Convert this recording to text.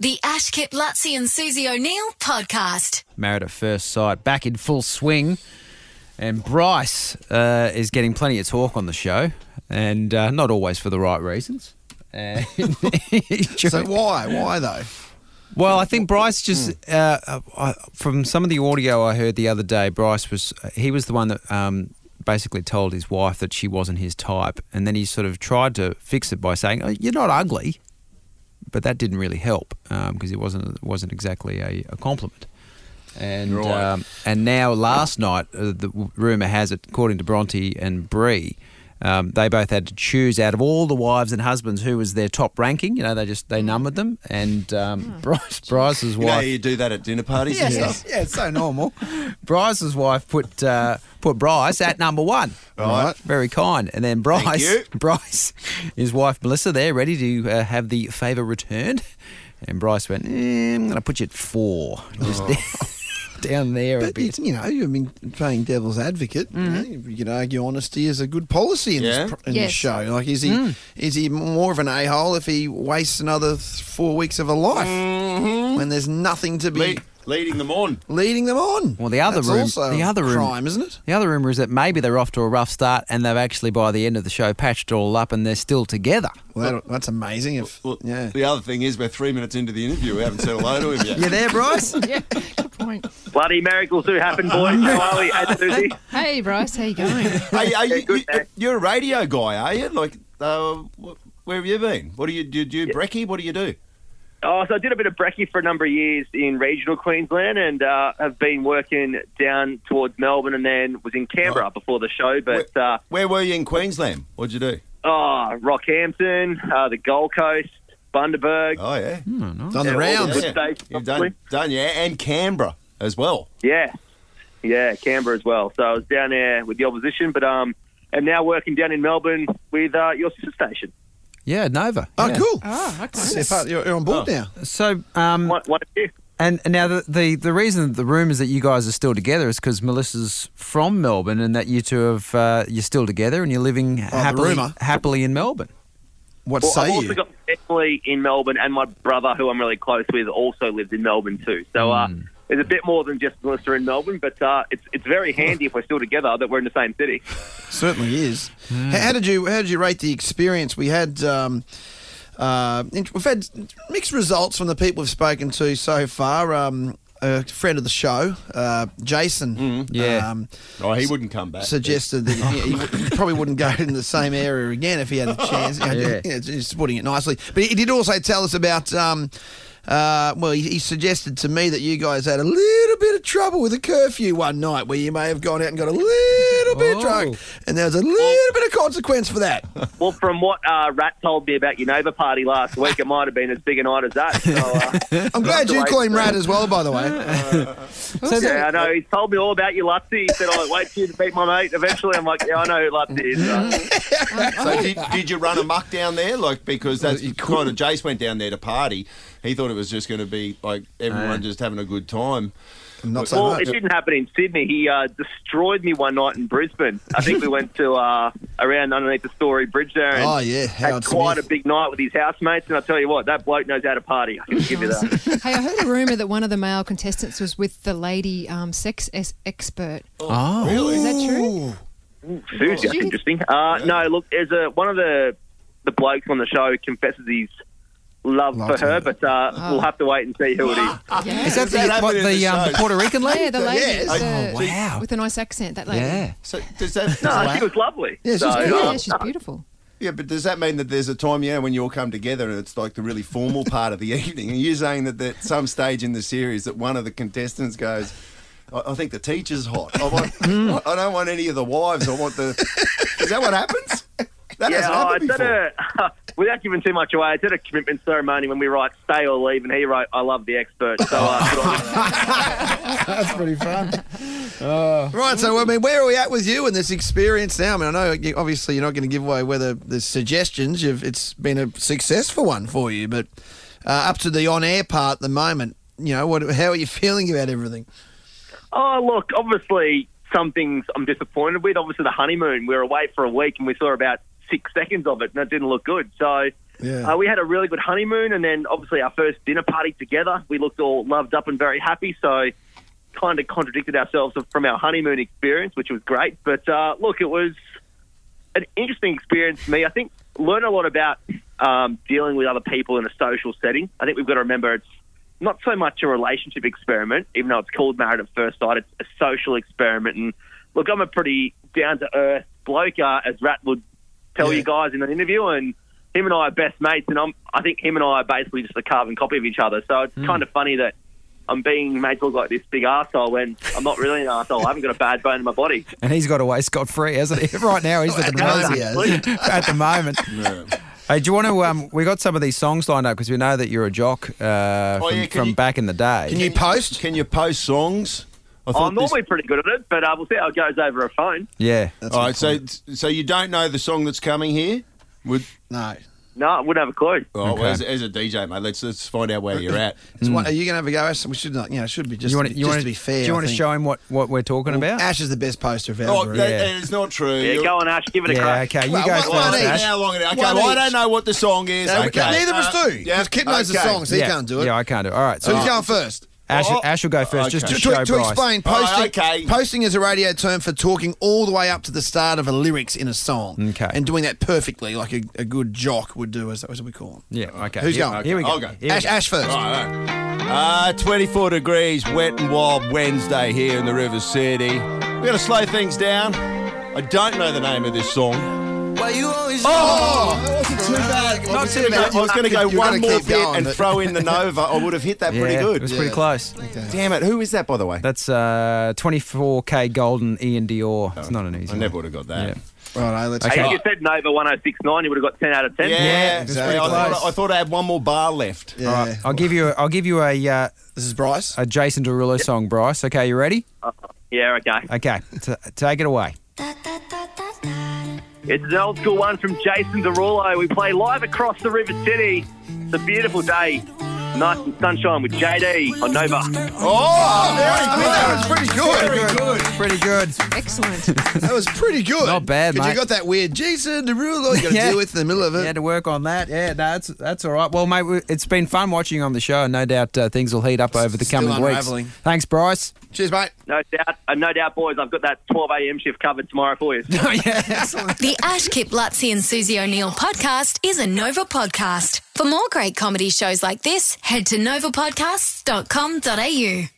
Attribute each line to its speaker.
Speaker 1: The Ash Kip Lutzi and Susie O'Neill podcast.
Speaker 2: Married at First Sight, back in full swing. And Bryce uh, is getting plenty of talk on the show, and uh, not always for the right reasons. And-
Speaker 3: So why? Why though? Hmm.
Speaker 2: well, I think Bryce just uh, uh, I- from some of the audio I heard the other day, Bryce was uh, he was the one that um, basically told his wife that she wasn't his type, and then he sort of tried to fix it by saying, oh, "You're not ugly," but that didn't really help because it wasn't wasn't exactly a, a compliment. And um, and now last night, uh, the rumor has it, according to Bronte and Bree, um, they both had to choose out of all the wives and husbands who was their top ranking. You know, they just they numbered them, and um, Bryce, Bryce's
Speaker 4: You know how
Speaker 2: wife.
Speaker 4: you do that at dinner parties and stuff.
Speaker 2: yeah, it's so normal. Bryce's wife put uh, put Bryce at number one.
Speaker 3: Right.
Speaker 2: Very kind. And then Bryce,
Speaker 4: you.
Speaker 2: Bryce, his wife Melissa, there ready to uh, have the favour returned. And Bryce went, eh, I'm going to put you at four. Just down there a
Speaker 3: But
Speaker 2: bit.
Speaker 3: you, you know, you've been playing devil's advocate.
Speaker 2: Mm-hmm.
Speaker 3: You, know, you could argue honesty is a good policy in,
Speaker 4: Yeah.
Speaker 3: this, pr- in
Speaker 1: Yes.
Speaker 3: this show. Like, is he
Speaker 2: Mm.
Speaker 3: is he more of an a hole if he wastes another th- four weeks of a life
Speaker 5: Mm-hmm.
Speaker 3: when there's nothing to be
Speaker 4: Le- leading them on.
Speaker 3: leading them on?
Speaker 2: Well, the other
Speaker 3: That's
Speaker 2: room,
Speaker 3: also
Speaker 2: the other room,
Speaker 3: crime, isn't it?
Speaker 2: The other rumor is that maybe they're off to a rough start, and they've actually by the end of the show patched it all up, and they're still together.
Speaker 3: Well, that, that's amazing. If
Speaker 4: Well,
Speaker 3: yeah,
Speaker 4: The other thing is, we're three minutes into the interview. We haven't said hello to him yet.
Speaker 2: You there, Bryce?
Speaker 6: Yeah, good point.
Speaker 5: Bloody miracles do happen, boys. How are we? Hey, Susie.
Speaker 6: Hey, Bryce, how you going?
Speaker 4: Hey, are you,
Speaker 5: good, man.
Speaker 4: you, are a radio guy, are you? Like, uh, wh- where have you been? What do you do? Do you brekkie? What do you do?
Speaker 5: Oh, so I did a bit of brekkie for a number of years in regional Queensland and uh, have been working down towards Melbourne and then was in Canberra before the show. But uh,
Speaker 4: Oh. Where were you in Queensland? What'd you do?
Speaker 5: oh, Rockhampton, uh, the Gold Coast, Bundaberg.
Speaker 4: Oh yeah,
Speaker 3: on
Speaker 5: Yeah,
Speaker 3: the
Speaker 5: all the
Speaker 3: rounds.
Speaker 5: good states,
Speaker 4: You've
Speaker 5: probably.
Speaker 4: done, done, yeah, and Canberra as well.
Speaker 5: Yeah, yeah, Canberra as well. So I was down there with the opposition, but um, am now working down in Melbourne with uh, your sister station.
Speaker 2: yeah, Nova.
Speaker 3: Oh,
Speaker 2: yeah. Ah,
Speaker 3: cool.
Speaker 6: Oh, okay.
Speaker 3: Step up, You're, you're on board
Speaker 4: Oh.
Speaker 3: now.
Speaker 2: So,
Speaker 4: Hmm.
Speaker 2: um,
Speaker 5: One, one of you.
Speaker 2: and, and now the, the the reason the rumors that you guys are still together is because Melissa's from Melbourne, and that you two have uh, you're still together, and you're living happily
Speaker 3: rumour.
Speaker 2: happily in Melbourne.
Speaker 3: What
Speaker 5: Well, I've
Speaker 3: say
Speaker 5: also
Speaker 3: you?
Speaker 5: got family in Melbourne, and my brother, who I'm really close with, also lives in Melbourne too. So uh, there's a bit more than just Melissa in Melbourne, but uh, it's it's very handy if we're still together that we're in the same city.
Speaker 3: Certainly is. How, how did you How did you rate the experience? We had. Um, uh, int- we've had mixed results from the people we've spoken to so far. Um, a friend of the show, uh, Jason,
Speaker 2: Yeah.
Speaker 3: um,
Speaker 4: Oh, he wouldn't come back.
Speaker 3: suggested that he, he w- probably wouldn't go in the same area again if he had a chance.
Speaker 2: Yeah.
Speaker 3: yeah, just putting it nicely. But he did also tell us about. Um, uh, well, he, he suggested to me that you guys had a little bit of trouble with a curfew one night where you may have gone out and got a little bit
Speaker 2: Oh.
Speaker 3: drunk, and there was a little bit of consequence for that.
Speaker 5: Well, from what uh, Rat told me about your neighbour party last week, it might have been as big a night as that. So, uh,
Speaker 3: I'm glad you
Speaker 5: Right.
Speaker 3: call him Rad as well, by the way.
Speaker 2: So
Speaker 5: yeah, I know. He told me all about your Lutzi. He said, "I'll wait for you to meet my mate." Eventually, I'm like, "Yeah, I know who Lutzi is." Uh,
Speaker 4: So did, did you run amok down there? Like because that's kind of Jace went down there to party. He thought it was just going to be like everyone just having a good time.
Speaker 3: Not so
Speaker 5: well,
Speaker 3: much.
Speaker 5: it didn't happen in Sydney. He uh, destroyed me one night in Brisbane. I think we went to uh, around underneath the Story Bridge there. And
Speaker 3: Oh, yeah, Howard
Speaker 5: had quite
Speaker 3: Smith.
Speaker 5: a big night with his housemates, and I tell you what, that bloke knows how to party. I can give you that.
Speaker 6: Hey, I heard a rumor that one of the male contestants was with the lady um, sex es- expert.
Speaker 2: Oh,
Speaker 6: Is that true?
Speaker 5: Susie, that's
Speaker 6: Jeez.
Speaker 5: interesting. Uh, No, look, there's a one of the the blokes on the show confesses his love
Speaker 3: Love
Speaker 5: for her,
Speaker 3: her.
Speaker 5: but uh, we'll have to wait and see who it is.
Speaker 6: Yeah.
Speaker 2: is that,
Speaker 4: That
Speaker 2: the,
Speaker 4: happened
Speaker 2: what,
Speaker 4: in
Speaker 2: the,
Speaker 4: the
Speaker 2: um, the
Speaker 4: show.
Speaker 2: Puerto Rican lady?
Speaker 6: Yeah, the lady
Speaker 3: Yes.
Speaker 6: the-
Speaker 2: Oh, wow.
Speaker 6: with a nice accent. That lady.
Speaker 2: Yeah.
Speaker 4: So does that?
Speaker 5: No, I think it was lovely.
Speaker 3: Yeah, she's
Speaker 5: so,
Speaker 3: good.
Speaker 6: Yeah,
Speaker 5: uh,
Speaker 6: yeah, she's beautiful.
Speaker 4: Yeah, but does that mean that there's a time, you know, when you all come together and it's like the really formal part of the evening? And you're saying that at some stage in the series that one of the contestants goes, I, I think the teacher's hot. I, want, I don't want any of the wives. I want the. Is that what happens? That
Speaker 5: yeah,
Speaker 4: hasn't
Speaker 5: oh,
Speaker 4: happened
Speaker 5: it's at
Speaker 4: before.
Speaker 5: a, without giving too much away, it's at a commitment ceremony when we write "Stay or Leave," and he wrote "I love the expert." So uh, good on him.
Speaker 3: That's pretty fun. Right, so I mean, where are we at with you and this experience now? I mean, I know you- obviously you're not going to give away whether there's suggestions. You've, it's been a successful one for you, but uh, up to the on-air part at the moment, you know, what? How are you feeling about everything?
Speaker 5: Oh, look, obviously, some things I'm disappointed with. Obviously, the honeymoon, we were away for a week and we saw about six seconds of it and it didn't look good. So
Speaker 3: Yeah.
Speaker 5: Uh, we had a really good honeymoon, and then obviously our first dinner party together. We looked all loved up and very happy. So, kind of contradicted ourselves from our honeymoon experience, which was great. But uh, look, it was an interesting experience for me. I think learn a lot about um, dealing with other people in a social setting. I think we've got to remember it's not so much a relationship experiment, even though it's called married at first sight. It's a social experiment. And look, I'm a pretty down to earth bloke, uh, as Rat would tell
Speaker 3: Yeah.
Speaker 5: you guys in an interview. And him and I are best mates, and I'm, I think him and I are basically just a carbon copy of each other. So
Speaker 4: Hmm.
Speaker 5: it's kind of funny that. I'm being made to look like this big asshole when I'm not really an asshole. I haven't got a bad bone in my body.
Speaker 2: And he's got away scot free, hasn't he? Right now, he's looking rosy at the moment. Hey, do you want to? Um, we got some of these songs lined up because we know that you're a jock uh,
Speaker 4: Oh,
Speaker 2: from,
Speaker 4: yeah, can
Speaker 2: from
Speaker 4: you-
Speaker 2: back in the day.
Speaker 3: Can you post?
Speaker 4: Can you post songs? I thought
Speaker 5: I'm
Speaker 4: this-
Speaker 5: normally pretty good at it, but uh, we'll see how it goes over a phone.
Speaker 2: yeah.
Speaker 4: All right, so so you don't know the song that's coming here? Would
Speaker 3: No.
Speaker 5: No, I wouldn't have a clue.
Speaker 4: oh,
Speaker 2: Okay.
Speaker 4: well, as, as a DJ, mate, let's let's find out where you're at.
Speaker 3: So what- are you going to have a go? Ash? We should not. You know, it should be just,
Speaker 2: Hmm. you want
Speaker 3: to be-
Speaker 2: to?
Speaker 3: just to be fair.
Speaker 2: Do you
Speaker 3: I
Speaker 2: want to
Speaker 3: think.
Speaker 2: show him what, what we're talking about?
Speaker 3: Ash is the best poster of
Speaker 4: Oh,
Speaker 3: ever.
Speaker 4: that-
Speaker 2: Yeah.
Speaker 4: that is not true.
Speaker 5: Yeah,
Speaker 4: You're-
Speaker 5: go on, Ash. Give it a
Speaker 2: yeah.
Speaker 5: crack.
Speaker 2: Okay. You
Speaker 3: Well,
Speaker 2: go
Speaker 3: one-
Speaker 2: first,
Speaker 3: one
Speaker 4: One
Speaker 3: each.
Speaker 2: Ash.
Speaker 4: How long it? Okay,
Speaker 3: One
Speaker 4: well, I don't
Speaker 3: each.
Speaker 4: know what the song is.
Speaker 3: No, we
Speaker 4: okay.
Speaker 3: can't- neither of us
Speaker 4: Uh,
Speaker 3: do. 'cause Kip knows the
Speaker 4: okay.
Speaker 3: songs. He
Speaker 2: yeah.
Speaker 3: can't do it.
Speaker 2: Yeah, I can't do it. All right.
Speaker 3: So
Speaker 2: So
Speaker 3: he's going first.
Speaker 2: Ash,
Speaker 4: Oh.
Speaker 2: Ash will go first, just to,
Speaker 4: Okay.
Speaker 3: To,
Speaker 2: show
Speaker 3: to,
Speaker 2: Bryce.
Speaker 3: explain,
Speaker 4: All
Speaker 3: posting,
Speaker 4: right, okay.
Speaker 3: posting is a radio term for talking all the way up to the start of a lyrics in a song.
Speaker 2: Okay.
Speaker 3: And doing that perfectly, like a, a good jock would do, as, as we call him.
Speaker 2: Yeah. Okay.
Speaker 3: Who's
Speaker 2: here,
Speaker 3: going?
Speaker 2: Here we go.
Speaker 4: I'll go.
Speaker 2: Here we
Speaker 3: Ash,
Speaker 2: go.
Speaker 3: Ash first.
Speaker 4: All right, all right. Uh, 24 degrees, wet and wild Wednesday here in the River City. We're going to slow things down. I don't know the name of this song. oh! Not too bad. I was going to go
Speaker 3: You were
Speaker 4: one
Speaker 3: gonna
Speaker 4: more
Speaker 3: keep
Speaker 4: bit
Speaker 3: going,
Speaker 4: and
Speaker 3: but-
Speaker 4: throw in the Nova. I would have hit that pretty
Speaker 2: Yeah,
Speaker 4: good.
Speaker 2: It was pretty close.
Speaker 4: Damn it. Who is that, by the way?
Speaker 2: That's uh, 24k golden Ian Dior.
Speaker 3: Oh,
Speaker 2: It's not an easy.
Speaker 4: I
Speaker 2: one.
Speaker 4: never would have got that.
Speaker 2: Yeah.
Speaker 3: Righto, let's
Speaker 2: Okay.
Speaker 5: Hey,
Speaker 2: Oh.
Speaker 5: if you said Nova 1069, you would have got 10 out of 10.
Speaker 4: Yeah,
Speaker 2: Yeah, it's
Speaker 4: exactly.
Speaker 3: pretty
Speaker 4: I,
Speaker 2: close.
Speaker 4: thought, I thought I had one more bar left.
Speaker 3: Yeah.
Speaker 2: All right. I'll give you. A, I'll give you a uh,
Speaker 3: This is Bryce.
Speaker 2: a Jason Derulo song, Bryce. Okay, you ready?
Speaker 5: Uh, Yeah, okay.
Speaker 2: Okay, t- take it away.
Speaker 5: It's an old school one from Jason Derulo. We play live across the River City. It's a beautiful day. Nice and sunshine with JD on Nova.
Speaker 4: Oh,
Speaker 3: that was pretty good.
Speaker 4: very good.
Speaker 2: Pretty good.
Speaker 6: Excellent.
Speaker 3: That was pretty good.
Speaker 2: Not bad,
Speaker 3: 'Cause
Speaker 2: mate.
Speaker 3: You got that weird Jason Derulo you got to
Speaker 2: Yeah.
Speaker 3: deal with in the middle of
Speaker 2: You
Speaker 3: it.
Speaker 2: had to work on that. Yeah, no, that's that's all right. Well, mate, we- it's been fun watching you on the show, and no doubt uh, things will heat up over the
Speaker 3: Still
Speaker 2: coming
Speaker 3: unraveling.
Speaker 2: weeks. Thanks, Bryce.
Speaker 3: Cheers, mate.
Speaker 5: No doubt, and no doubt, boys, I've got that 12 a.m. shift covered tomorrow for you.
Speaker 2: Oh, yeah, excellent.
Speaker 1: The Ash Kip Lutzi and Susie O'Neill podcast is a Nova podcast. For more great comedy shows like this, head to novapodcasts.com.au.